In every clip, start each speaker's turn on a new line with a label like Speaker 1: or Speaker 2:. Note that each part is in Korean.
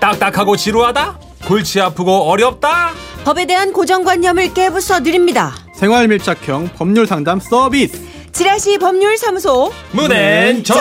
Speaker 1: 딱딱하고 지루하다? 골치 아프고 어렵다?
Speaker 2: 법에 대한 고정관념을 깨부숴 드립니다.
Speaker 3: 생활 밀착형 법률 상담 서비스.
Speaker 2: 지라시 법률사무소 네.
Speaker 1: 문앤정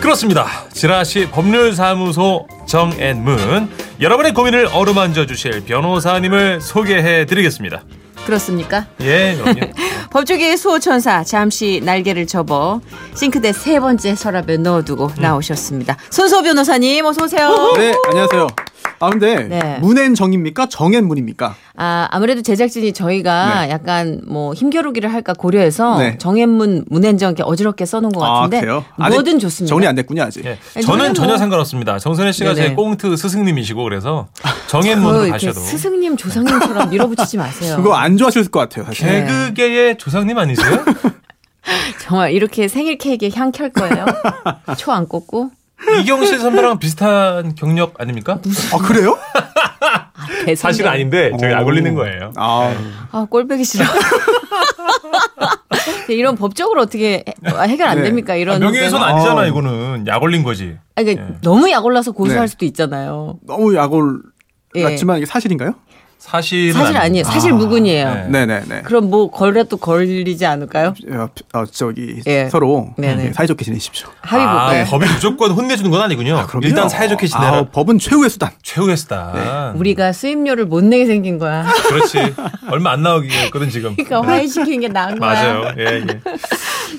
Speaker 1: 그렇습니다. 지라시 법률사무소 정앤문 여러분의 고민을 어루만져 주실 변호사님을 소개해 드리겠습니다.
Speaker 2: 그렇습니까?
Speaker 1: 예, 그럼요.
Speaker 2: 법조계의 수호천사 잠시 날개를 접어 싱크대 세 번째 서랍에 넣어두고 나오셨습니다. 손소 변호사님 어서 오세요.
Speaker 3: 네, 안녕하세요. 아 근데
Speaker 2: 네.
Speaker 3: 문엔 정입니까? 정엔 문입니까?
Speaker 2: 아, 아무래도 제작진이 저희가
Speaker 3: 네.
Speaker 2: 약간 뭐 힘겨루기를 할까 고려해서
Speaker 3: 네.
Speaker 2: 정앤문 문앤정 이렇게 어지럽게 써놓은 것 같은데
Speaker 3: 아 그래요? 아직
Speaker 2: 뭐든 좋습니다.
Speaker 3: 정리 안 됐군요 아직.
Speaker 1: 예.
Speaker 2: 아니, 저는
Speaker 1: 저는 전혀
Speaker 2: 뭐-
Speaker 1: 상관없습니다. 정선혜 씨가
Speaker 2: 네네.
Speaker 1: 제 꽁트 스승님이시고 그래서
Speaker 2: 어,
Speaker 1: 정앤문으로
Speaker 2: 이렇게
Speaker 1: 가셔도
Speaker 2: 스승님 조상님처럼 밀어붙이지 마세요.
Speaker 3: 그거 안 좋아하실 것 같아요 사실.
Speaker 2: 네.
Speaker 1: 개그계의 조상님 아니세요?
Speaker 2: 정말 이렇게 생일 케이크에 향켤 거예요. 초 안 꽂고
Speaker 1: 이경실 선배랑 비슷한 경력 아닙니까?
Speaker 3: 아 그래요?
Speaker 2: 배
Speaker 1: 사실은
Speaker 2: 선배.
Speaker 1: 아닌데 제가 약
Speaker 3: 오.
Speaker 1: 올리는 거예요.
Speaker 3: 아,
Speaker 2: 아, 꼴보기 싫어. 이런 법적으로 어떻게 해- 해결 안
Speaker 3: 네.
Speaker 2: 됩니까?
Speaker 1: 아,
Speaker 2: 이런
Speaker 1: 명예훼손
Speaker 2: 때는. 어.
Speaker 1: 아니잖아 네.
Speaker 3: 아.
Speaker 1: 이거는 약 올린 거지.
Speaker 2: 아니, 그러니까 너무 약 올라서 고소할
Speaker 3: 네.
Speaker 2: 수도 있잖아요.
Speaker 3: 너무 약올
Speaker 2: 예.
Speaker 3: 같지만 이게 사실인가요?
Speaker 1: 사실은
Speaker 2: 사실 아니에요. 사실 무근이에요.
Speaker 1: 네.
Speaker 3: 네, 네, 네.
Speaker 2: 그럼 뭐 걸려도 걸리지 않을까요?
Speaker 3: 어, 어, 저기
Speaker 2: 예.
Speaker 3: 서로
Speaker 2: 네네.
Speaker 3: 예, 사이좋게 지내십시오.
Speaker 2: 합의
Speaker 1: 아,
Speaker 2: 볼까요?
Speaker 1: 법이 무조건 혼내주는 건 아니군요.
Speaker 3: 그럼요.
Speaker 1: 일단 사이좋게 지내라.
Speaker 3: 아, 법은 최후의 수단.
Speaker 1: 최후의 수단.
Speaker 2: 우리가 수입료를 못 내게 생긴 거야.
Speaker 1: 그렇지. 얼마 안 나오거든 지금.
Speaker 2: 그러니까 화해시키는 게 나은 거야.
Speaker 1: 네. 맞아요. 예, 예.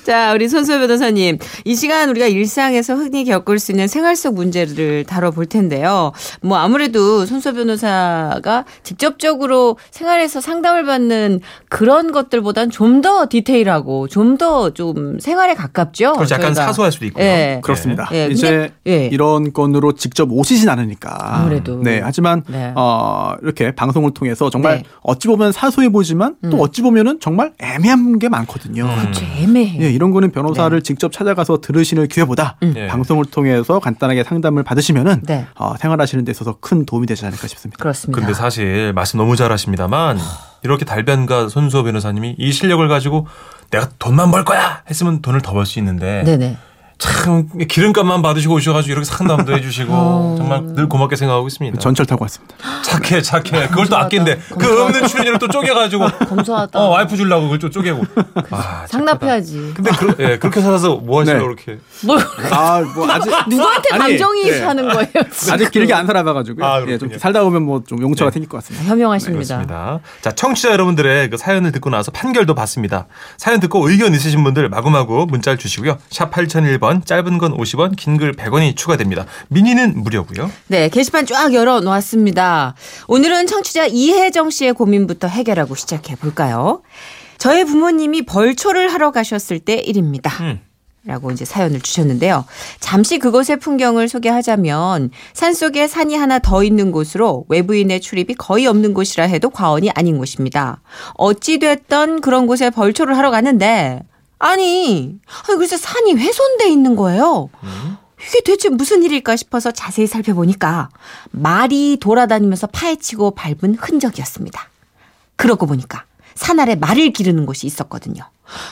Speaker 2: 자, 우리 손수호 변호사님. 이 시간 우리가 일상에서 흔히 겪을 수 있는 생활 속 문제를 다뤄볼 텐데요. 뭐 아무래도 손수호 변호사가 직접적으로 생활에서 상담을 받는 그런 것들보단 좀 더 디테일하고 좀 더 좀 생활에 가깝죠.
Speaker 1: 그렇지. 약간
Speaker 2: 저희가.
Speaker 1: 사소할 수도 있고요.
Speaker 2: 예.
Speaker 3: 그렇습니다.
Speaker 2: 예,
Speaker 3: 이제
Speaker 2: 근데- 예.
Speaker 3: 이런 건으로 직접 오시진 않으니까.
Speaker 2: 아무래도.
Speaker 3: 네, 하지만
Speaker 2: 네.
Speaker 3: 어, 이렇게 방송을 통해서 정말
Speaker 2: 네. 음.
Speaker 3: 어찌 보면 사소해 보이지만 또 어찌 보면은 정말 애매한 게 많거든요.
Speaker 2: 좀 애매해요.
Speaker 3: 예, 이런 거는
Speaker 2: 네.
Speaker 3: 변호사를 직접 찾아가서 들으시는 기회보다
Speaker 1: 예.
Speaker 3: 방송을 통해서 간단하게 상담을 받으시면은
Speaker 2: 음. 네.
Speaker 3: 어, 생활하시는 데 있어서 큰 도움이 되지 않을까 싶습니다.
Speaker 2: 그렇습니다.
Speaker 1: 근데 사실 말씀 너무 잘하십니다만 이렇게 달변과 손수호 변호사님이 이 실력을 가지고 내가 돈만 벌 거야 했으면 돈을 더 벌 수 있는데
Speaker 2: 네네.
Speaker 1: 참 기름값만 받으시고 오셔가지고 이렇게 상담도 해주시고 정말 늘 고맙게 생각하고 있습니다.
Speaker 3: 전철 타고 왔습니다.
Speaker 1: 착해 착해 그걸 또
Speaker 2: 감사하다.
Speaker 1: 아낀데 그
Speaker 2: 감사하다.
Speaker 1: 없는 출연료를 또 쪼개가지고
Speaker 2: 검소하다.
Speaker 1: 어 와이프 주려고 그걸 또 쪼개고 아,
Speaker 2: 상납해야지.
Speaker 1: 근데 그, 예, 그렇게 살아서 뭐 하시려고
Speaker 3: 네.
Speaker 1: 그렇게
Speaker 2: 뭘
Speaker 3: 아, 뭐 아직
Speaker 2: 누구한테
Speaker 3: 아니, 예.
Speaker 2: 감정이입하는 거예요? 지금?
Speaker 3: 아직 길게 안 살아봐가지고
Speaker 1: 아,
Speaker 3: 요 예, 좀
Speaker 1: 그렇군요.
Speaker 3: 살다 보면 뭐 좀 용처가 생길 것 같습니다.
Speaker 2: 현명하십니다.
Speaker 1: 네, 그렇습니다. 자, 청취자 여러분들의 그 사연을 듣고 나서 판결도 받습니다. 사연 듣고 의견 있으신 분들 마구마구 문자를 주시고요. 샵 8001번, 짧은 건 50원, 긴 글 100원이 추가됩니다. 미니는 무료고요.
Speaker 2: 네, 게시판 쫙 열어 놓았습니다. 오늘은 청취자 이혜정 씨의 고민부터 해결하고 시작해 볼까요? 저의 부모님이 벌초를 하러 가셨을 때 일입니다.
Speaker 1: 음.
Speaker 2: 라고 이제 사연을 주셨는데요. 잠시 그곳의 풍경을 소개하자면 산 속에 산이 하나 더 있는 곳으로 외부인의 출입이 거의 없는 곳이라 해도 과언이 아닌 곳입니다. 어찌됐던 그런 곳에 벌초를 하러 갔는데 아니, 아니 글쎄 산이 훼손돼 있는 거예요. 이게 대체 무슨 일일까 싶어서 자세히 살펴보니까 말이 돌아다니면서 파헤치고 밟은 흔적이었습니다. 그러고 보니까 산 아래 말을 기르는 곳이 있었거든요.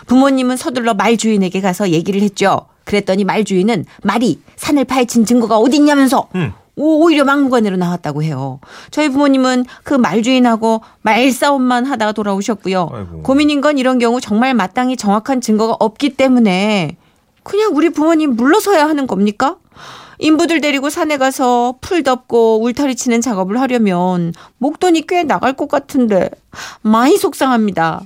Speaker 2: 부모님은 서둘러 말 주인에게 가서 얘기를 했죠. 그랬더니 말 주인은 말이 산을 파헤친 증거가 어디 있냐면서
Speaker 1: 음.
Speaker 2: 오, 오히려 막무가내로 나왔다고 해요. 저희 부모님은 그 말 주인하고 말싸움만 하다가 돌아오셨고요.
Speaker 1: 아이고.
Speaker 2: 고민인 건 이런 경우 정말 마땅히 정확한 증거가 없기 때문에 그냥 우리 부모님 물러서야 하는 겁니까? 인부들 데리고 산에 가서 풀 덮고 울타리 치는 작업을 하려면 목돈이 꽤 나갈 것 같은데 많이 속상합니다.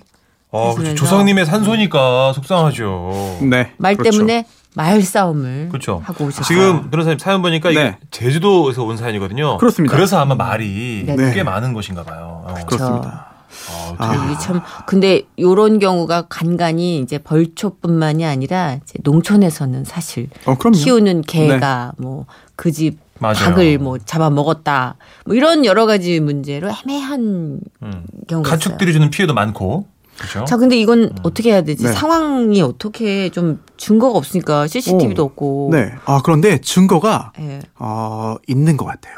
Speaker 1: 아, 그렇죠.
Speaker 2: 그래서-
Speaker 1: 조상님의 산소니까 속상하죠.
Speaker 3: 네.
Speaker 2: 말
Speaker 3: 그렇죠.
Speaker 2: 때문에 말싸움을
Speaker 1: 그렇죠.
Speaker 2: 하고 오셨어요.
Speaker 1: 지금 변호사님 사연 보니까 이게
Speaker 3: 네.
Speaker 1: 제주도에서 온 사연이거든요.
Speaker 3: 그렇습니다.
Speaker 1: 그래서 아마 말이
Speaker 2: 네. 그렇죠.
Speaker 1: 꽤 많은 것인가 봐요. 어.
Speaker 3: 그렇습니다.
Speaker 1: 어,
Speaker 3: 아.
Speaker 1: 되게-
Speaker 2: 이게 참 근데 요런 경우가 간간이 이제 벌초뿐만이 아니라 이제 농촌에서는 사실
Speaker 3: 어, 그럼요.
Speaker 2: 키우는 개가 뭐 그 집
Speaker 1: 맞아요.
Speaker 2: 닭을 뭐 잡아 먹었다 뭐 이런 여러 가지 문제로 애매한
Speaker 1: 음.
Speaker 2: 경우가 있어요.
Speaker 1: 가축들이 주는 피해도 많고. 그렇죠.
Speaker 2: 자, 근데 이건 어떻게 해야 되지?
Speaker 3: 네.
Speaker 2: 상황이 어떻게 좀 증거가 없으니까 CCTV도
Speaker 3: 오,
Speaker 2: 없고.
Speaker 3: 네. 아, 그런데 증거가
Speaker 2: 예.
Speaker 3: 어, 있는 것 같아요.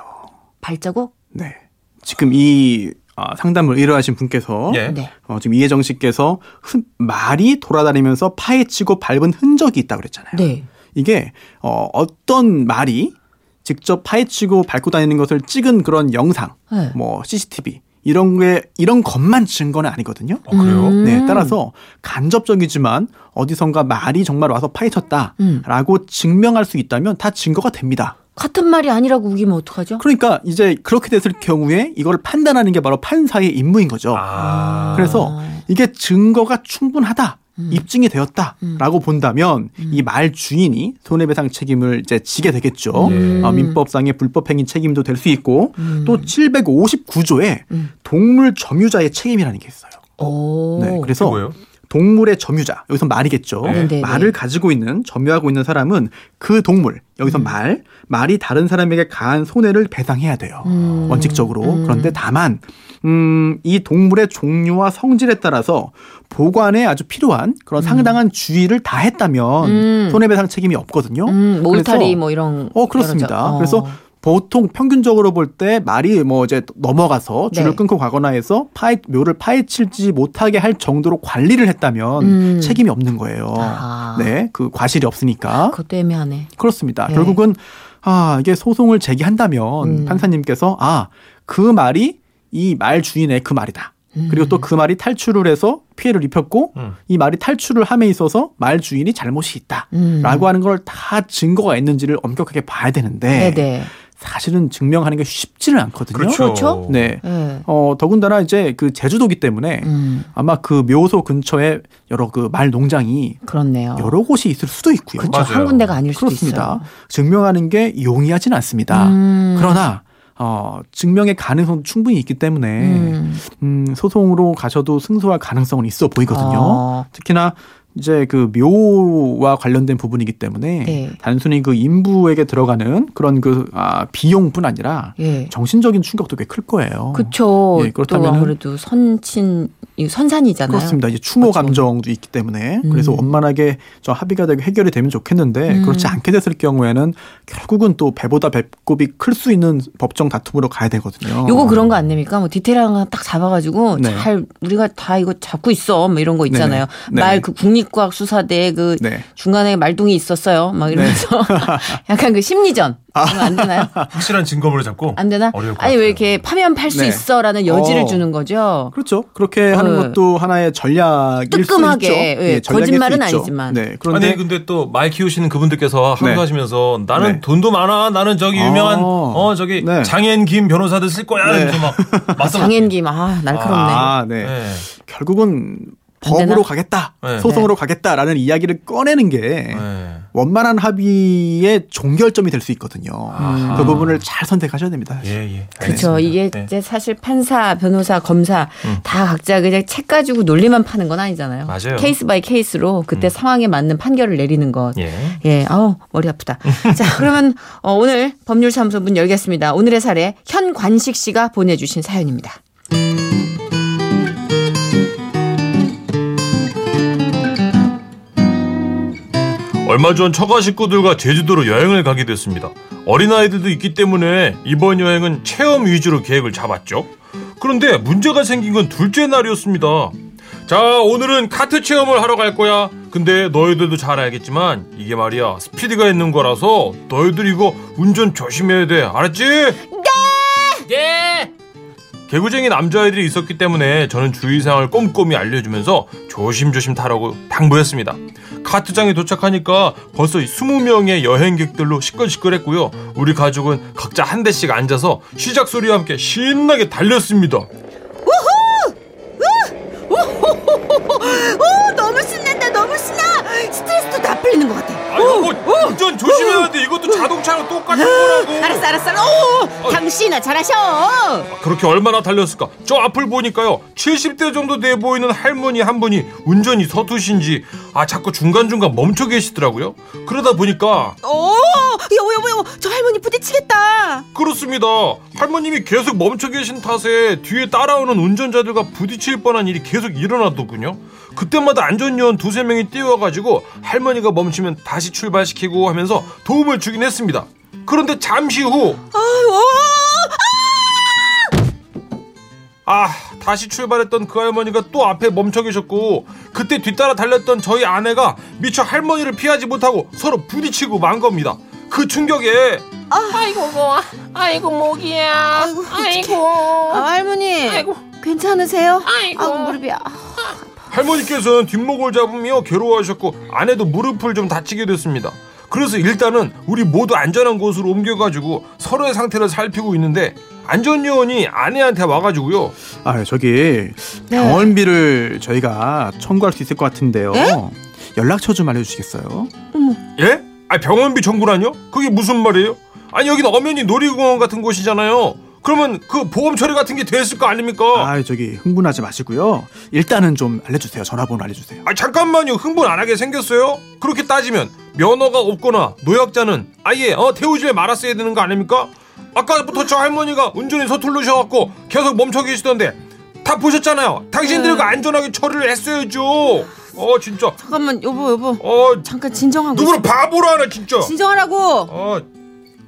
Speaker 2: 발자국?
Speaker 3: 네. 지금 이 아, 상담을 의뢰하신 분께서
Speaker 1: 예.
Speaker 2: 네.
Speaker 3: 어, 지금 이혜정 씨께서 흔- 말이 돌아다니면서 파헤치고 밟은 흔적이 있다 그랬잖아요.
Speaker 2: 네.
Speaker 3: 이게 어, 어떤 말이 직접 파헤치고 밟고 다니는 것을 찍은 그런 영상,
Speaker 2: 네.
Speaker 3: 뭐 CCTV 이런 게 이런 것만 증거는 아니거든요.
Speaker 1: 어, 그래요?
Speaker 2: 음.
Speaker 3: 네, 따라서 간접적이지만 어디선가 말이 정말 와서
Speaker 2: 음.
Speaker 3: 파헤쳤다라고 증명할 수 있다면 다 증거가 됩니다.
Speaker 2: 같은 말이 아니라고 우기면 어떡하죠?
Speaker 3: 그러니까 이제 그렇게 됐을 경우에 이걸 판단하는 게 바로 판사의 임무인 거죠.
Speaker 1: 아.
Speaker 3: 그래서 이게 증거가 충분하다.
Speaker 2: 음.
Speaker 3: 입증이 되었다라고 본다면 이 말 주인이 손해배상 책임을 이제 지게 되겠죠.
Speaker 1: 예.
Speaker 3: 어, 민법상의 불법행위 책임도 될 수 있고
Speaker 2: 음.
Speaker 3: 또 759조에
Speaker 2: 음.
Speaker 3: 동물 점유자의 책임이라는 게 있어요.
Speaker 2: 오.
Speaker 3: 네,
Speaker 1: 그게
Speaker 3: 그래서
Speaker 1: 뭐예요?
Speaker 3: 동물의 점유자 여기서 말이겠죠.
Speaker 1: 네,
Speaker 2: 네, 네.
Speaker 3: 말을 가지고 있는 점유하고 있는 사람은 그 동물 여기서
Speaker 2: 음.
Speaker 3: 말 말이 다른 사람에게 가한 손해를 배상해야 돼요.
Speaker 2: 음.
Speaker 3: 원칙적으로
Speaker 2: 음.
Speaker 3: 그런데 다만 음, 이 동물의 종류와 성질에 따라서 보관에 아주 필요한 그런 상당한 주의를 다했다면
Speaker 2: 음.
Speaker 3: 손해배상 책임이 없거든요.
Speaker 2: 음, 뭐
Speaker 3: 그래서-
Speaker 2: 울타리 뭐 이런.
Speaker 3: 어 그렇습니다.
Speaker 2: 여러 자-
Speaker 3: 그래서 보통 평균적으로 볼 때 말이 뭐 이제 넘어가서 줄을
Speaker 2: 네.
Speaker 3: 끊고 가거나 해서 파헤, 묘를 파헤칠지 못하게 할 정도로 관리를 했다면
Speaker 2: 음.
Speaker 3: 책임이 없는 거예요.
Speaker 2: 아.
Speaker 3: 네, 그 과실이 없으니까
Speaker 2: 그것도 애매하네.
Speaker 3: 그렇습니다.
Speaker 2: 네.
Speaker 3: 결국은 아 이게 소송을 제기한다면
Speaker 2: 음.
Speaker 3: 판사님께서 아 그 말이 이 말 주인의 그 말이다.
Speaker 2: 음.
Speaker 3: 그리고 또 그 말이 탈출을 해서 피해를 입혔고
Speaker 1: 음.
Speaker 3: 이 말이 탈출을 함에 있어서 말 주인이 잘못이 있다.
Speaker 2: 음.
Speaker 3: 라고 하는 걸 다 증거가 있는지를 엄격하게 봐야 되는데
Speaker 2: 네, 네.
Speaker 3: 사실은 증명하는 게 쉽지는 않거든요.
Speaker 2: 그렇죠?
Speaker 3: 네.
Speaker 2: 네.
Speaker 3: 어 더군다나 이제 그 제주도기 때문에
Speaker 2: 음,
Speaker 3: 아마 그 묘소 근처에 여러 그 말 농장이
Speaker 2: 그렇네요.
Speaker 3: 여러 곳이 있을 수도
Speaker 2: 아.
Speaker 3: 있고요.
Speaker 2: 그렇죠.
Speaker 1: 맞아요.
Speaker 2: 한 군데가 아닐 수도
Speaker 3: 그렇습니다.
Speaker 2: 있어요.
Speaker 3: 증명하는 게 용이하진 않습니다.
Speaker 2: 음.
Speaker 3: 그러나 어, 증명의 가능성 충분히 있기 때문에
Speaker 2: 음.
Speaker 3: 음, 소송으로 가셔도 승소할 가능성은 있어 보이거든요.
Speaker 2: 어,
Speaker 3: 특히나 이제 그 묘와 관련된 부분이기 때문에
Speaker 2: 네.
Speaker 3: 단순히 그 인부에게 들어가는 그런 그 아, 비용뿐 아니라
Speaker 2: 예.
Speaker 3: 정신적인 충격도 꽤 클 거예요.
Speaker 2: 그쵸.
Speaker 3: 예,
Speaker 2: 또
Speaker 3: 그렇다면은-
Speaker 2: 아무래도 선친, 이 선산이잖아요.
Speaker 3: 그렇습니다. 이제 추모
Speaker 2: 그렇죠.
Speaker 3: 감정도 있기 때문에
Speaker 2: 음.
Speaker 3: 그래서 원만하게 좀 합의가 되고 해결이 되면 좋겠는데
Speaker 2: 음.
Speaker 3: 그렇지 않게 됐을 경우에는 결국은 또 배보다 배꼽이 클 수 있는 법정 다툼으로 가야 되거든요.
Speaker 2: 요거 그런 거 안 됩니까? 뭐 디테일한 거 딱 잡아가지고
Speaker 3: 네.
Speaker 2: 잘 우리가 다 이거 잡고 있어. 뭐 이런 거 있잖아요.
Speaker 3: 네.
Speaker 2: 말 그 국립과학 수사대 그
Speaker 3: 네.
Speaker 2: 중간에 말동이 있었어요. 막 이러면서 약간 그 심리전
Speaker 3: 아.
Speaker 2: 그런 거안 되나요?
Speaker 1: 확실한 증거물을 잡고
Speaker 2: 안 되나?
Speaker 1: 어려울 것
Speaker 2: 아니 왜
Speaker 1: 같아요.
Speaker 2: 이렇게 파면 팔 수
Speaker 3: 네.
Speaker 2: 있어라는 여지를
Speaker 3: 어.
Speaker 2: 주는 거죠.
Speaker 3: 그렇죠. 그렇게 하는
Speaker 2: 네.
Speaker 3: 것도 하나의 전략일
Speaker 2: 뜨끔하게,
Speaker 3: 수 있죠.
Speaker 2: 예,
Speaker 3: 전략일 수
Speaker 2: 거짓말은
Speaker 3: 있죠.
Speaker 2: 아니지만.
Speaker 3: 네. 그런데
Speaker 1: 아니 근데 또 말 키우시는 그분들께서
Speaker 3: 네.
Speaker 1: 항소하시면서 나는
Speaker 3: 네.
Speaker 1: 돈도 많아 나는 저기 유명한
Speaker 3: 아.
Speaker 1: 어 저기
Speaker 3: 네.
Speaker 1: 장앤 김 변호사들 쓸 거야
Speaker 3: 네.
Speaker 1: 이러면서 막 맞서
Speaker 2: 장앤김 아 날카롭네.
Speaker 3: 아, 네.
Speaker 1: 네.
Speaker 3: 결국은
Speaker 2: 안 되나?
Speaker 3: 법으로 가겠다,
Speaker 1: 네.
Speaker 3: 소송으로 가겠다라는 이야기를 꺼내는 게
Speaker 1: 네.
Speaker 3: 원만한 합의의 종결점이 될 수 있거든요.
Speaker 1: 아하.
Speaker 3: 그 부분을 잘 선택하셔야 됩니다.
Speaker 1: 예, 예.
Speaker 2: 그렇죠.
Speaker 1: 알겠습니다.
Speaker 2: 이게
Speaker 1: 네. 음.
Speaker 2: 이제 사실 판사, 변호사, 검사 다 각자 그냥 책 가지고 논리만 파는 건 아니잖아요.
Speaker 1: 맞아요. 음.
Speaker 2: 케이스 바이 케이스로 그때 상황에 맞는 판결을 내리는 것.
Speaker 1: 예. 음.
Speaker 2: 예, 아우 머리 아프다. 자, 그러면 어, 오늘 법률사무소 문 열겠습니다. 오늘의 사례 현관식 씨가 보내주신 사연입니다.
Speaker 1: 얼마 전 처가 식구들과 제주도로 여행을 가게 됐습니다. 어린아이들도 있기 때문에 이번 여행은 체험 위주로 계획을 잡았죠. 그런데 문제가 생긴 건 둘째 날이었습니다. 자, 오늘은 카트 체험을 하러 갈 거야. 근데 너희들도 잘 알겠지만 이게 말이야. 스피드가 있는 거라서 너희들 이거 운전 조심해야 돼. 알았지? 네! 네! 개구쟁이 남자아이들이 있었기 때문에 저는 주의사항을 꼼꼼히 알려주면서 조심조심 타라고 당부했습니다. 카트장에 도착하니까 벌써 20명의 여행객들로 시끌시끌했고요. 우리 가족은 각자 한 대씩 앉아서 시작 소리와 함께 신나게 달렸습니다.
Speaker 2: 오, 너무 신난다, 너무 신나. 스트레스도 다 풀리는 것 같아.
Speaker 1: 아이고, 뭐, 운전 조심해야 돼. 이것도 자동차랑 똑같은 거라고.
Speaker 2: 아, 알았어, 알았어. 오, 당신아 잘하셔.
Speaker 1: 그렇게 얼마나 달렸을까? 저 앞을 보니까요. 70대 정도 돼 보이는 할머니 한 분이 운전이 서투신지 아 자꾸 중간중간 멈춰 계시더라고요. 그러다 보니까
Speaker 2: 오, 어, 여보, 여보, 여보, 저 할머니 부딪히겠다.
Speaker 1: 그렇습니다. 할머님이 계속 멈춰 계신 탓에 뒤에 따라오는 운전자들과 부딪힐 뻔한 일이 계속 일어나더군요. 그때마다 안전요원 두세 명이 뛰어와가지고 할머니가 멈추면 다시 출발시키고 하면서 도움을 주긴 했습니다.
Speaker 2: 어.
Speaker 1: 그런데 잠시 후
Speaker 2: 아유, 오,
Speaker 1: 아 다시 출발했던 그 할머니가 또 앞에 멈춰 계셨고 그때 뒤따라 달렸던 저희 아내가 미처 할머니를 피하지 못하고 서로 부딪히고 만 겁니다. 그 충격에
Speaker 4: 아이고 뭐야 아이고 목이야
Speaker 2: 아이고,
Speaker 4: 아이고
Speaker 2: 아, 할머니
Speaker 4: 아이고.
Speaker 2: 괜찮으세요?
Speaker 4: 아이고.
Speaker 2: 아우, 무릎이 아,
Speaker 1: 할머니께서는 뒷목을 잡으며 괴로워하셨고 아내도 무릎을 좀 다치게 됐습니다. 그래서 일단은 우리 모두 안전한 곳으로 옮겨가지고 서로의 상태를 살피고 있는데 안전요원이 아내한테 와가지고요.
Speaker 3: 아 저기
Speaker 2: 네.
Speaker 3: 병원비를 저희가 청구할 수 있을 것 같은데요.
Speaker 2: 네?
Speaker 3: 연락처 좀 알려주시겠어요?
Speaker 1: 예? 아 병원비 청구라뇨? 그게 무슨 말이에요? 아니 여기는 엄연히 놀이공원 같은 곳이잖아요. 그러면 그 보험 처리 같은 게 됐을 거
Speaker 2: 어.
Speaker 1: 아닙니까?
Speaker 3: 아 저기 흥분하지 마시고요. 일단은 좀 알려주세요. 전화번호 알려주세요.
Speaker 1: 아 잠깐만요 흥분 안 하게 생겼어요? 그렇게 따지면 면허가 없거나 노약자는 아예 어, 태우지 말았어야 되는 거 아닙니까? 아까부터 저 할머니가 운전이 서툴르셔갖고 계속 멈춰 계시던데 다 보셨잖아요 당신들과 안전하게 처리를 했어야죠 어 진짜
Speaker 2: 잠깐만 여보 여보
Speaker 1: 어
Speaker 2: 잠깐 진정하고
Speaker 1: 누구를 바보로 하나 진짜
Speaker 2: 진정하라고
Speaker 1: 아,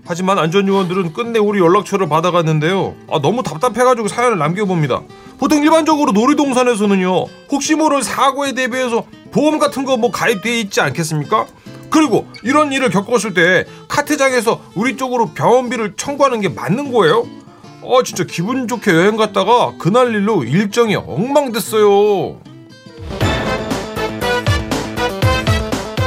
Speaker 1: 하지만 안전요원들은 끝내 우리 연락처를 받아갔는데요. 아, 너무 답답해가지고 사연을 남겨봅니다. 보통 일반적으로 놀이동산에서는요, 혹시 모를 사고에 대비해서 보험 같은 거 뭐 가입돼 있지 않겠습니까? 그리고 이런 일을 겪었을 때 카트장에서 우리 쪽으로 병원비를 청구하는 게 맞는 거예요? 아, 진짜 기분 좋게 여행 갔다가 그날 일로 일정이 엉망됐어요.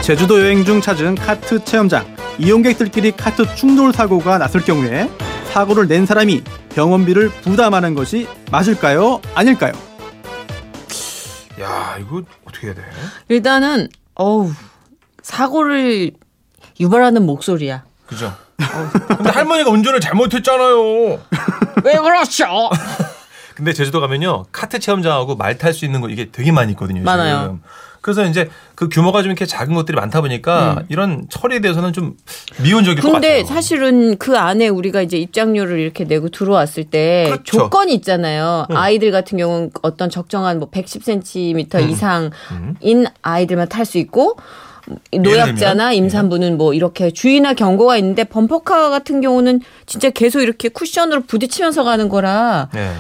Speaker 3: 제주도 여행 중 찾은 카트 체험장 이용객들끼리 카트 충돌 사고가 났을 경우에 사고를 낸 사람이 병원비를 부담하는 것이 맞을까요? 아닐까요?
Speaker 1: 야, 이거 어떻게 해야 돼?
Speaker 2: 일단은 어우 사고를 유발하는 목소리야
Speaker 1: 그죠? 근데 할머니가 운전을 잘못했잖아요.
Speaker 2: 왜 그러셔
Speaker 1: 근데 제주도 가면요 카트 체험장하고 말 탈 수 있는 거 이게 되게 많이 있거든요. 지금.
Speaker 2: 많아요.
Speaker 1: 그래서 이제 그 규모가 좀 이렇게 작은 것들이 많다 보니까 이런 처리에 대해서는 좀 미온적일 것 같아요.
Speaker 2: 음. 근데 사실은 그 안에 우리가 이제 입장료를 이렇게 내고 들어왔을 때
Speaker 1: 그렇죠. 음.
Speaker 2: 조건이 있잖아요.
Speaker 1: 응.
Speaker 2: 아이들 같은 경우는 어떤 적정한 뭐 110cm
Speaker 1: 음.
Speaker 2: 이상인 아이들만 탈 수 있고 노약자나
Speaker 1: 들면?
Speaker 2: 임산부는 뭐 이렇게 주의나 경고가 있는데 범퍼카 같은 경우는 진짜 계속 이렇게 쿠션으로 부딪히면서 가는 거라
Speaker 1: 네.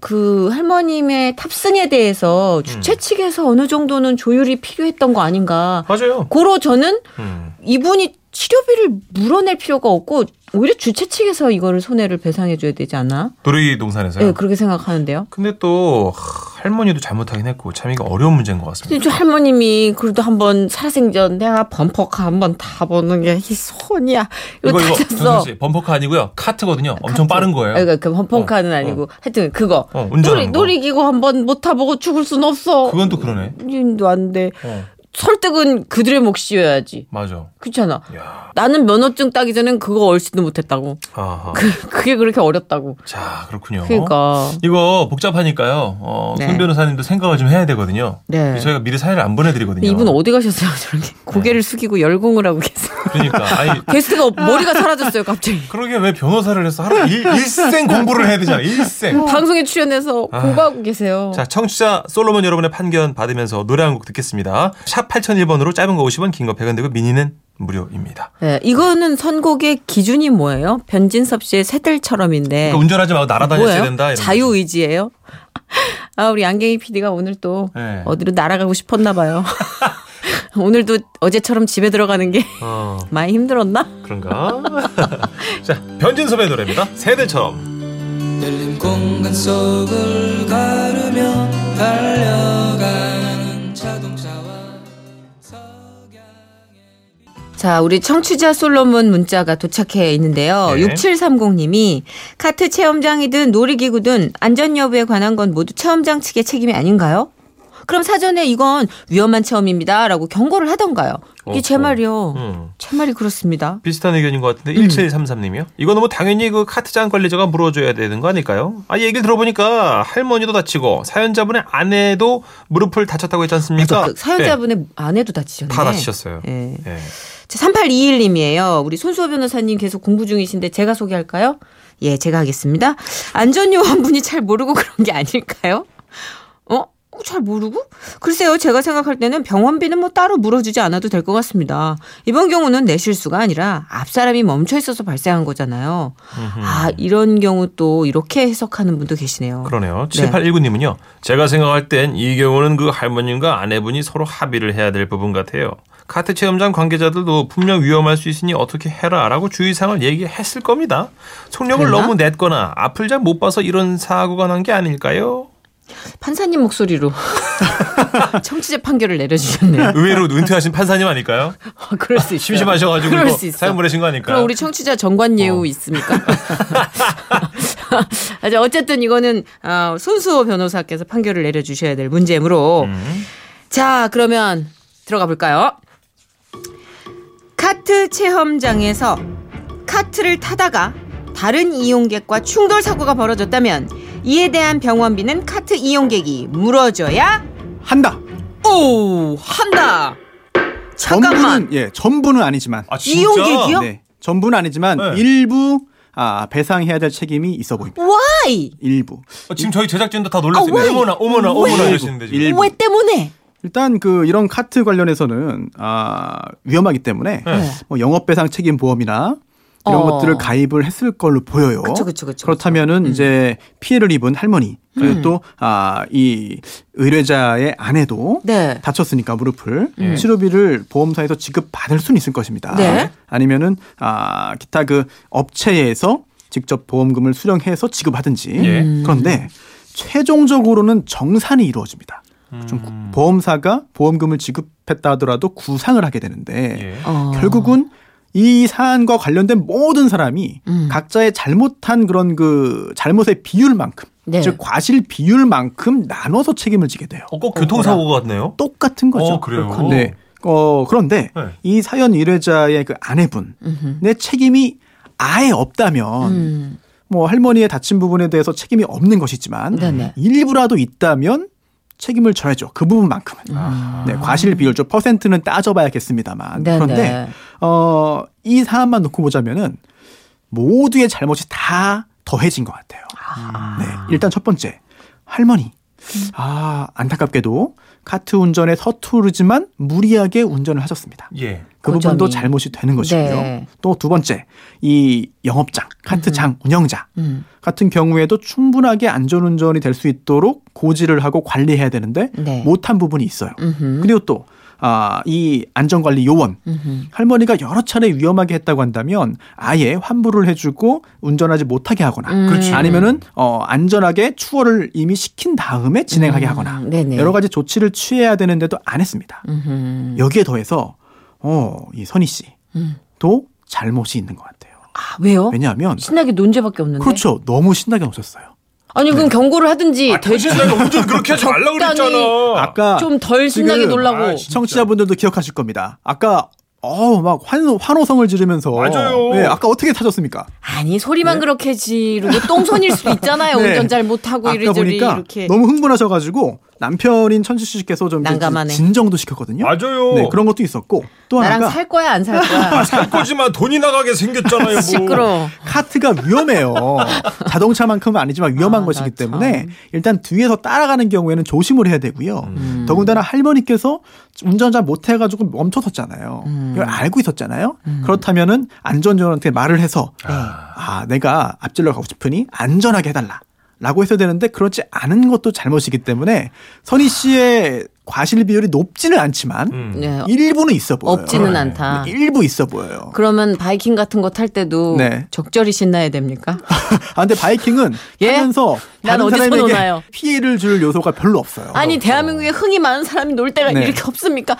Speaker 2: 그 할머님의 탑승에
Speaker 1: 음.
Speaker 2: 대해서 주최 측에서 어느 정도는 조율이 필요했던 거 아닌가.
Speaker 1: 맞아요.
Speaker 2: 고로 저는
Speaker 1: 음.
Speaker 2: 이분이 치료비를 물어낼 필요가 없고 오히려 주최 측에서 이거를 손해를 배상해줘야 되지 않나?
Speaker 1: 놀이동산에서요.
Speaker 2: 예, 그렇게 생각하는데요.
Speaker 1: 근데 또 하, 할머니도 잘못하긴 했고 참 이거 어려운 문제인 것 같습니다.
Speaker 2: 근데 저 할머님이 그래도 한번 살아생전 내가 범퍼카 한번 타보는 게 이 손이야. 이거
Speaker 1: 정선
Speaker 2: 다쳤어.
Speaker 1: 씨 범퍼카 아니고요 카트거든요. 엄청 빠른 거예요.
Speaker 2: 그러니까 그 범퍼카는
Speaker 1: 어,
Speaker 2: 아니고 하여튼 그거
Speaker 1: 어,
Speaker 2: 놀이
Speaker 1: 운전하는 거.
Speaker 2: 놀이기구 한번 못 타보고 죽을 순 없어.
Speaker 1: 그건 또 그러네.
Speaker 2: 인도 안 돼.
Speaker 1: 어,
Speaker 2: 설득은 그들의 몫이어야지.
Speaker 1: 맞아.
Speaker 2: 그렇잖아.
Speaker 1: 야.
Speaker 2: 나는 면허증 따기 전엔 그거 얼씨도 못했다고.
Speaker 1: 아하.
Speaker 2: 그, 그게 그렇게 어렵다고.
Speaker 1: 자 그렇군요.
Speaker 2: 그러니까.
Speaker 1: 이거 복잡하니까요. 어,
Speaker 2: 네.
Speaker 1: 손 변호사님도 생각을 좀 해야 되거든요.
Speaker 2: 네.
Speaker 1: 저희가 미리 사연을 안
Speaker 2: 근데
Speaker 1: 보내드리거든요.
Speaker 2: 이분 어디 가셨어요?
Speaker 1: 네.
Speaker 2: 저렇게 고개를 숙이고 열공을 하고 계세요.
Speaker 1: 그러니까 아니
Speaker 2: 게스트가 없- 머리가 사라졌어요, 갑자기.
Speaker 1: 그러게 왜 변호사를 해서 하루 일, 일생 공부를 해야 되잖아 일생.
Speaker 2: 방송에 출연해서 공부하고 계세요.
Speaker 1: 어. 아. 자 청취자 솔로몬 여러분의 판견 받으면서 노래 한 곡 듣겠습니다. 샵 8001번으로 짧은 거 50원 긴 거 100원 되고 미니는 무료입니다.
Speaker 2: 네, 이거는 선곡의 기준이 뭐예요? 변진섭 씨의 새들처럼인데.
Speaker 1: 그러니까 운전하지 말고 날아다녔어야 된다.
Speaker 2: 뭐예요?
Speaker 1: 이런
Speaker 2: 자유
Speaker 1: 거죠.
Speaker 2: 의지예요? 아, 우리 양갱이 PD가 오늘 또
Speaker 1: 네.
Speaker 2: 어디로 날아가고 싶었나 봐요. 오늘도 어제처럼 집에 들어가는 게
Speaker 1: 어
Speaker 2: 많이 힘들었나?
Speaker 1: 그런가? 자 변진섭의 노래입니다. 새들처럼.
Speaker 5: 열린 공간 속을 가르며 달려가는 자동차와 석양의
Speaker 2: 자, 우리 청취자 솔로몬 문자가 도착해 있는데요.
Speaker 1: 네.
Speaker 2: 6730님이 카트 체험장이든 놀이기구든 안전 여부에 관한 건 모두 체험장 측의 책임이 아닌가요? 그럼 사전에 이건 위험한 체험입니다라고 경고를 하던가요? 이게 제
Speaker 1: 어허.
Speaker 2: 말이요.
Speaker 1: 음.
Speaker 2: 제 말이 그렇습니다.
Speaker 1: 비슷한 의견인 것
Speaker 2: 음.
Speaker 1: 같은데 1733님이요. 이거는 뭐 당연히 그 카트장 관리자가 물어줘야 되는 거 아닐까요? 아 얘기를 들어보니까 할머니도 다치고 사연자분의 아내도 무릎을 다쳤다고 했지 않습니까?
Speaker 2: 그 사연자분의 아내도 다치셨네.
Speaker 1: 네, 다 다치셨어요.
Speaker 2: 예.
Speaker 1: 네.
Speaker 2: 3821님이에요. 우리 손수호 변호사님 계속 공부 중이신데 제가 소개할까요? 예, 제가 하겠습니다. 안전요원분이 잘 모르고 그런 게 아닐까요? 어? 어, 잘 모르고? 글쎄요, 제가 생각할 때는 병원비는 뭐 따로 물어주지 않아도 될 것 같습니다. 이번 경우는 내 실수가 아니라 앞 사람이 멈춰 있어서 발생한 거잖아요. 아, 이런 경우 또 이렇게 해석하는 분도 계시네요.
Speaker 1: 그러네요.
Speaker 2: 네.
Speaker 1: 7819님은요. 제가 생각할 땐 이 경우는 그 할머님과 아내분이 서로 합의를 해야 될 부분 같아요. 카트 체험장 관계자들도 분명 위험할 수 있으니 어떻게 해라라고 주의사항을 얘기했을 겁니다. 속력을
Speaker 2: 그랬나?
Speaker 1: 너무 냈거나 앞을 잘 못 봐서 이런 사고가 난 게 아닐까요?
Speaker 2: 판사님 목소리로 청취자 판결을 내려주셨네요.
Speaker 1: 의외로 은퇴하신 판사님 아닐까요?
Speaker 2: 아, 그럴 수 있어.
Speaker 1: 심심하셔가지고
Speaker 2: 그럴
Speaker 1: 이거
Speaker 2: 수 있어.
Speaker 1: 사연 보내신 거 아닐까요?
Speaker 2: 그럼 우리 청취자 정관예우 있습니까? 아, 자, 어쨌든 이거는 아, 손수호 변호사께서 판결을 내려주셔야 될 문제므로 자 그러면 들어가 볼까요? 카트 체험장에서 카트를 타다가 다른 이용객과 충돌 사고가 벌어졌다면 이에 대한 병원비는 카트 이용객이 물어줘야
Speaker 3: 한다.
Speaker 2: 오 한다. 잠깐만
Speaker 3: 전부는 예 전부는 아니지만
Speaker 1: 아, 진짜?
Speaker 2: 이용객이요?
Speaker 3: 네 전부는 아니지만
Speaker 1: 네.
Speaker 3: 일부 아 배상해야 될 책임이 있어 보입니다.
Speaker 2: why
Speaker 3: 일부
Speaker 1: 어, 지금 저희 제작진도 다 놀랐어요.
Speaker 2: 아, 왜?
Speaker 1: 어머나, 어머나, 어머나
Speaker 3: 왜?
Speaker 1: 이러시는데 지금.
Speaker 3: 일부.
Speaker 2: 왜 때문에?
Speaker 3: 일단 그 이런 카트 관련해서는 아 위험하기 때문에
Speaker 1: 네.
Speaker 3: 뭐 영업배상 책임 보험이나 이런
Speaker 2: 어.
Speaker 3: 것들을 가입을 했을 걸로 보여요.
Speaker 2: 그쵸, 그쵸, 그쵸, 음.
Speaker 3: 다면은 이제 피해를 입은 할머니 그리고 또아이 의뢰자의 아내도
Speaker 2: 네.
Speaker 3: 다쳤으니까 무릎을
Speaker 1: 예.
Speaker 3: 치료비를 보험사에서 지급받을 수는 있을 것입니다.
Speaker 2: 네.
Speaker 3: 아니면은 아 기타 그 업체에서 직접 보험금을 수령해서 지급하든지.
Speaker 1: 예.
Speaker 3: 그런데 최종적으로는 정산이 이루어집니다.
Speaker 1: 음.
Speaker 3: 좀 구- 보험사가 보험금을 지급했다 하더라도 구상을 하게 되는데
Speaker 1: 예.
Speaker 2: 어.
Speaker 3: 결국은 이 사안과 관련된 모든 사람이
Speaker 2: 음.
Speaker 3: 각자의 잘못한 그런 그 잘못의 비율만큼
Speaker 2: 네.
Speaker 3: 즉 과실 비율만큼 나눠서 책임을 지게 돼요.
Speaker 1: 어, 꼭 교통사고 같네요.
Speaker 3: 똑같은 거죠.
Speaker 1: 어, 그래요?
Speaker 3: 네. 어, 그런데
Speaker 1: 네.
Speaker 3: 이 사연 의뢰자의 그 아내분의
Speaker 2: 음흠.
Speaker 3: 책임이 아예 없다면
Speaker 2: 음.
Speaker 3: 뭐 할머니의 다친 부분에 대해서 책임이 없는 것이지만
Speaker 2: 네네.
Speaker 3: 일부라도 있다면 책임을 져야죠. 그 부분만큼은.
Speaker 2: 음.
Speaker 1: 아.
Speaker 3: 네, 과실 비율 좀 퍼센트는 따져봐야겠습니다만.
Speaker 2: 네네.
Speaker 3: 그런데 어, 이 사안만 놓고 보자면은 모두의 잘못이 다 더해진 것 같아요. 네, 일단 첫 번째 할머니. 아 안타깝게도 카트 운전에 서투르지만 무리하게 운전을 하셨습니다.
Speaker 1: 예.
Speaker 3: 그
Speaker 2: 그
Speaker 3: 부분도
Speaker 2: 점이.
Speaker 3: 잘못이 되는 것이고요.
Speaker 2: 네.
Speaker 3: 또 두 번째 이 영업장 카트장 운영자
Speaker 2: 음.
Speaker 3: 같은 경우에도 충분하게 안전운전이 될 수 있도록 고지를 하고 관리해야 되는데
Speaker 2: 네.
Speaker 3: 못한 부분이 있어요.
Speaker 2: 음흠.
Speaker 3: 그리고 또 아, 이 안전관리 요원
Speaker 2: 음흠.
Speaker 3: 할머니가 여러 차례 위험하게 했다고 한다면 아예 환불을 해주고 운전하지 못하게 하거나
Speaker 2: 음. 그렇지.
Speaker 3: 아니면은 어, 안전하게 추월을 이미 시킨 다음에 진행하게 하거나
Speaker 2: 음, 네네.
Speaker 3: 여러 가지 조치를 취해야 되는데도 안 했습니다.
Speaker 2: 음흠.
Speaker 3: 여기에 더해서 어, 이 선희 씨도 잘못이 있는 것 같아요.
Speaker 2: 아, 왜요?
Speaker 3: 왜냐하면
Speaker 2: 음. 신나게 논제밖에 없는데.
Speaker 3: 그렇죠. 네. 너무 신나게 오셨어요.
Speaker 2: 아니 그럼 경고를 하든지
Speaker 1: 아, 대신 내가 운전 그렇게 하지 말라고
Speaker 2: 적당히.
Speaker 1: 그랬잖아.
Speaker 3: 아까
Speaker 2: 좀 덜 신나게
Speaker 3: 지금-
Speaker 2: 놀라고.
Speaker 1: 아, 진짜.
Speaker 3: 청취자분들도 기억하실 겁니다. 아까 어우 막 환, 환호성을 지르면서
Speaker 1: 맞아요.
Speaker 3: 네, 아까 어떻게 타셨습니까?
Speaker 2: 아니 소리만 그렇게 지르고 똥손일 수도 있잖아요.
Speaker 3: 네.
Speaker 2: 운전 잘 못하고
Speaker 3: 아까
Speaker 2: 이리저리
Speaker 3: 보니까
Speaker 2: 이렇게.
Speaker 3: 너무 흥분하셔가지고 남편인 천지 씨께서 좀
Speaker 2: 난감하네.
Speaker 3: 진정도 시켰거든요.
Speaker 1: 맞아요.
Speaker 3: 네 그런 것도 있었고 또
Speaker 2: 나랑
Speaker 3: 하나가
Speaker 2: 살 거야 안 살 거야.
Speaker 1: 살 거지만 돈이 나가게 생겼잖아요. 뭐.
Speaker 2: 시끄러.
Speaker 3: 카트가 위험해요. 자동차만큼은 아니지만 위험한
Speaker 2: 아,
Speaker 3: 것이기
Speaker 2: 나 참.
Speaker 3: 때문에 일단 뒤에서 따라가는 경우에는 조심을 해야 되고요.
Speaker 2: 음.
Speaker 3: 더군다나 할머니께서 운전자 못해가지고 멈춰섰잖아요.
Speaker 2: 음.
Speaker 3: 이걸 알고 있었잖아요. 그렇다면은 안전요원한테 말을 해서
Speaker 2: 네.
Speaker 3: 아 내가 앞질러 가고 싶으니 안전하게 해달라. 라고 했어야 되는데 그렇지 않은 것도 잘못이기 때문에
Speaker 2: 아.
Speaker 3: 선희 씨의 과실 비율이 높지는 않지만
Speaker 1: 음.
Speaker 2: 네.
Speaker 3: 일부는 있어 보여요.
Speaker 2: 없지는
Speaker 1: 네.
Speaker 2: 않다.
Speaker 3: 일부 있어 보여요.
Speaker 2: 그러면 바이킹 같은 거 탈 때도
Speaker 3: 네.
Speaker 2: 적절히 신나야 됩니까?
Speaker 3: 아, 근데 바이킹은
Speaker 2: 예?
Speaker 3: 타면서
Speaker 2: 난
Speaker 3: 다른
Speaker 2: 어디서
Speaker 3: 사람에게
Speaker 2: 노나요?
Speaker 3: 피해를 줄 요소가 별로 없어요.
Speaker 2: 아니 대한민국에 흥이 많은 사람이 놀 때가
Speaker 3: 네.
Speaker 2: 이렇게 없습니까?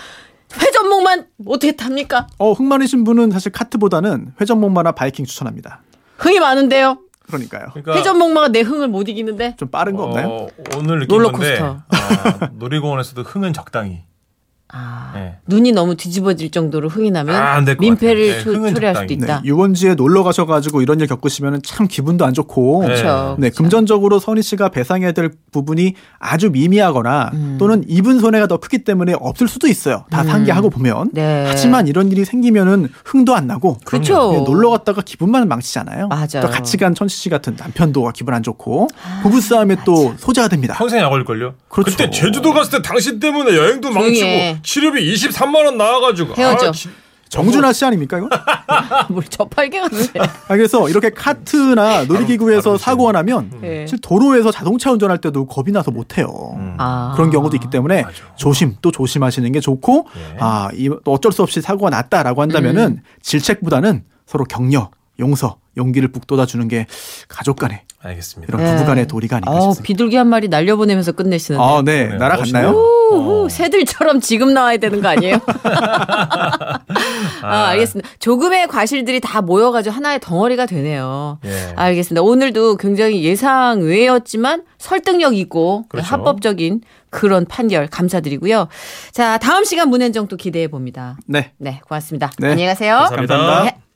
Speaker 2: 회전목만 어떻게 탑니까?
Speaker 3: 어, 흥 많으신 분은 사실 카트보다는 회전목마나 바이킹 추천합니다.
Speaker 2: 흥이 많은데요.
Speaker 3: 그러니까요.
Speaker 1: 그러니까
Speaker 2: 회전목마가 내 흥을 못 이기는데.
Speaker 3: 좀 빠른 거 없나요?
Speaker 1: 어, 오늘 느낀
Speaker 2: 롤러코스터.
Speaker 1: 건데 아, 놀이공원에서도 흥은 적당히.
Speaker 2: 아,
Speaker 1: 예.
Speaker 2: 눈이 너무 뒤집어질 정도로 흥이 나면
Speaker 1: 아, 안될것
Speaker 2: 민폐를
Speaker 1: 같아요. 네,
Speaker 2: 초-
Speaker 1: 흥은
Speaker 2: 초래할 수도
Speaker 1: 적당히.
Speaker 3: 네,
Speaker 2: 있다.
Speaker 3: 유원지에 놀러 가셔가지고 이런 일 겪으시면 참 기분도 안 좋고.
Speaker 1: 네.
Speaker 2: 그렇죠.
Speaker 3: 네, 금전적으로 선희 씨가 배상해야 될 부분이 아주 미미하거나
Speaker 2: 음.
Speaker 3: 또는 입은 손해가 더 크기 때문에 없을 수도 있어요. 다 상기하고 보면.
Speaker 2: 네.
Speaker 3: 하지만 이런 일이 생기면은 흥도 안 나고.
Speaker 2: 그렇죠.
Speaker 3: 네, 놀러 갔다가 기분만 망치잖아요.
Speaker 2: 맞아요. 아,
Speaker 3: 또 같이 간 천씨 씨 같은 남편도 기분 안 좋고 부부 싸움에 또 소재가 됩니다.
Speaker 2: 어,
Speaker 1: 평생 약올걸요.
Speaker 3: 그렇죠.
Speaker 1: 그때 제주도 갔을 때 당신 때문에 여행도
Speaker 2: 조용히 해.
Speaker 1: 망치고 치료비 23만 원 나와가지고
Speaker 2: 헤어져.
Speaker 1: 아, 진-
Speaker 3: 정준하 씨 아닙니까 이거? 아,
Speaker 2: 뭘 저팔계 같은데.
Speaker 3: 그래서 이렇게 카트나 놀이기구에서
Speaker 1: 다른
Speaker 3: 사고가 나면
Speaker 2: 예.
Speaker 3: 사실 도로에서 자동차 운전할 때도 겁이 나서 못 해요.
Speaker 1: 음.
Speaker 2: 아.
Speaker 3: 그런 경우도 있기 때문에
Speaker 1: 맞아.
Speaker 3: 조심 또 조심하시는 게 좋고
Speaker 1: 예. 음.
Speaker 3: 아, 이, 또 어쩔 수 없이 사고가 났다라고 한다면은 질책보다는 서로 격려, 용서, 용기를 북돋아 주는 게 가족 간의
Speaker 1: 알겠습니다.
Speaker 3: 이런
Speaker 2: 예.
Speaker 3: 부부간의 도리가 아닌가
Speaker 2: 어,
Speaker 3: 싶습니다.
Speaker 2: 비둘기 한 마리 날려보내면서 끝내시는데.
Speaker 3: 아, 네.
Speaker 1: 네,
Speaker 3: 날아갔나요?
Speaker 1: 멋있네요.
Speaker 2: 오,
Speaker 1: 어.
Speaker 2: 오, 새들처럼 지금 나와야 되는 거 아니에요? 아, 알겠습니다. 조금의 과실들이 다 모여가지고 하나의 덩어리가 되네요.
Speaker 1: 예.
Speaker 3: 아,
Speaker 2: 알겠습니다. 오늘도 굉장히 예상 외였지만 설득력 있고
Speaker 1: 그렇죠.
Speaker 2: 합법적인 그런 판결 감사드리고요. 자, 다음 시간 문현정 또 기대해 봅니다.
Speaker 3: 네.
Speaker 2: 네, 고맙습니다.
Speaker 3: 네.
Speaker 2: 안녕히 가세요.
Speaker 1: 감사합니다.
Speaker 3: 감사합니다.
Speaker 2: 네.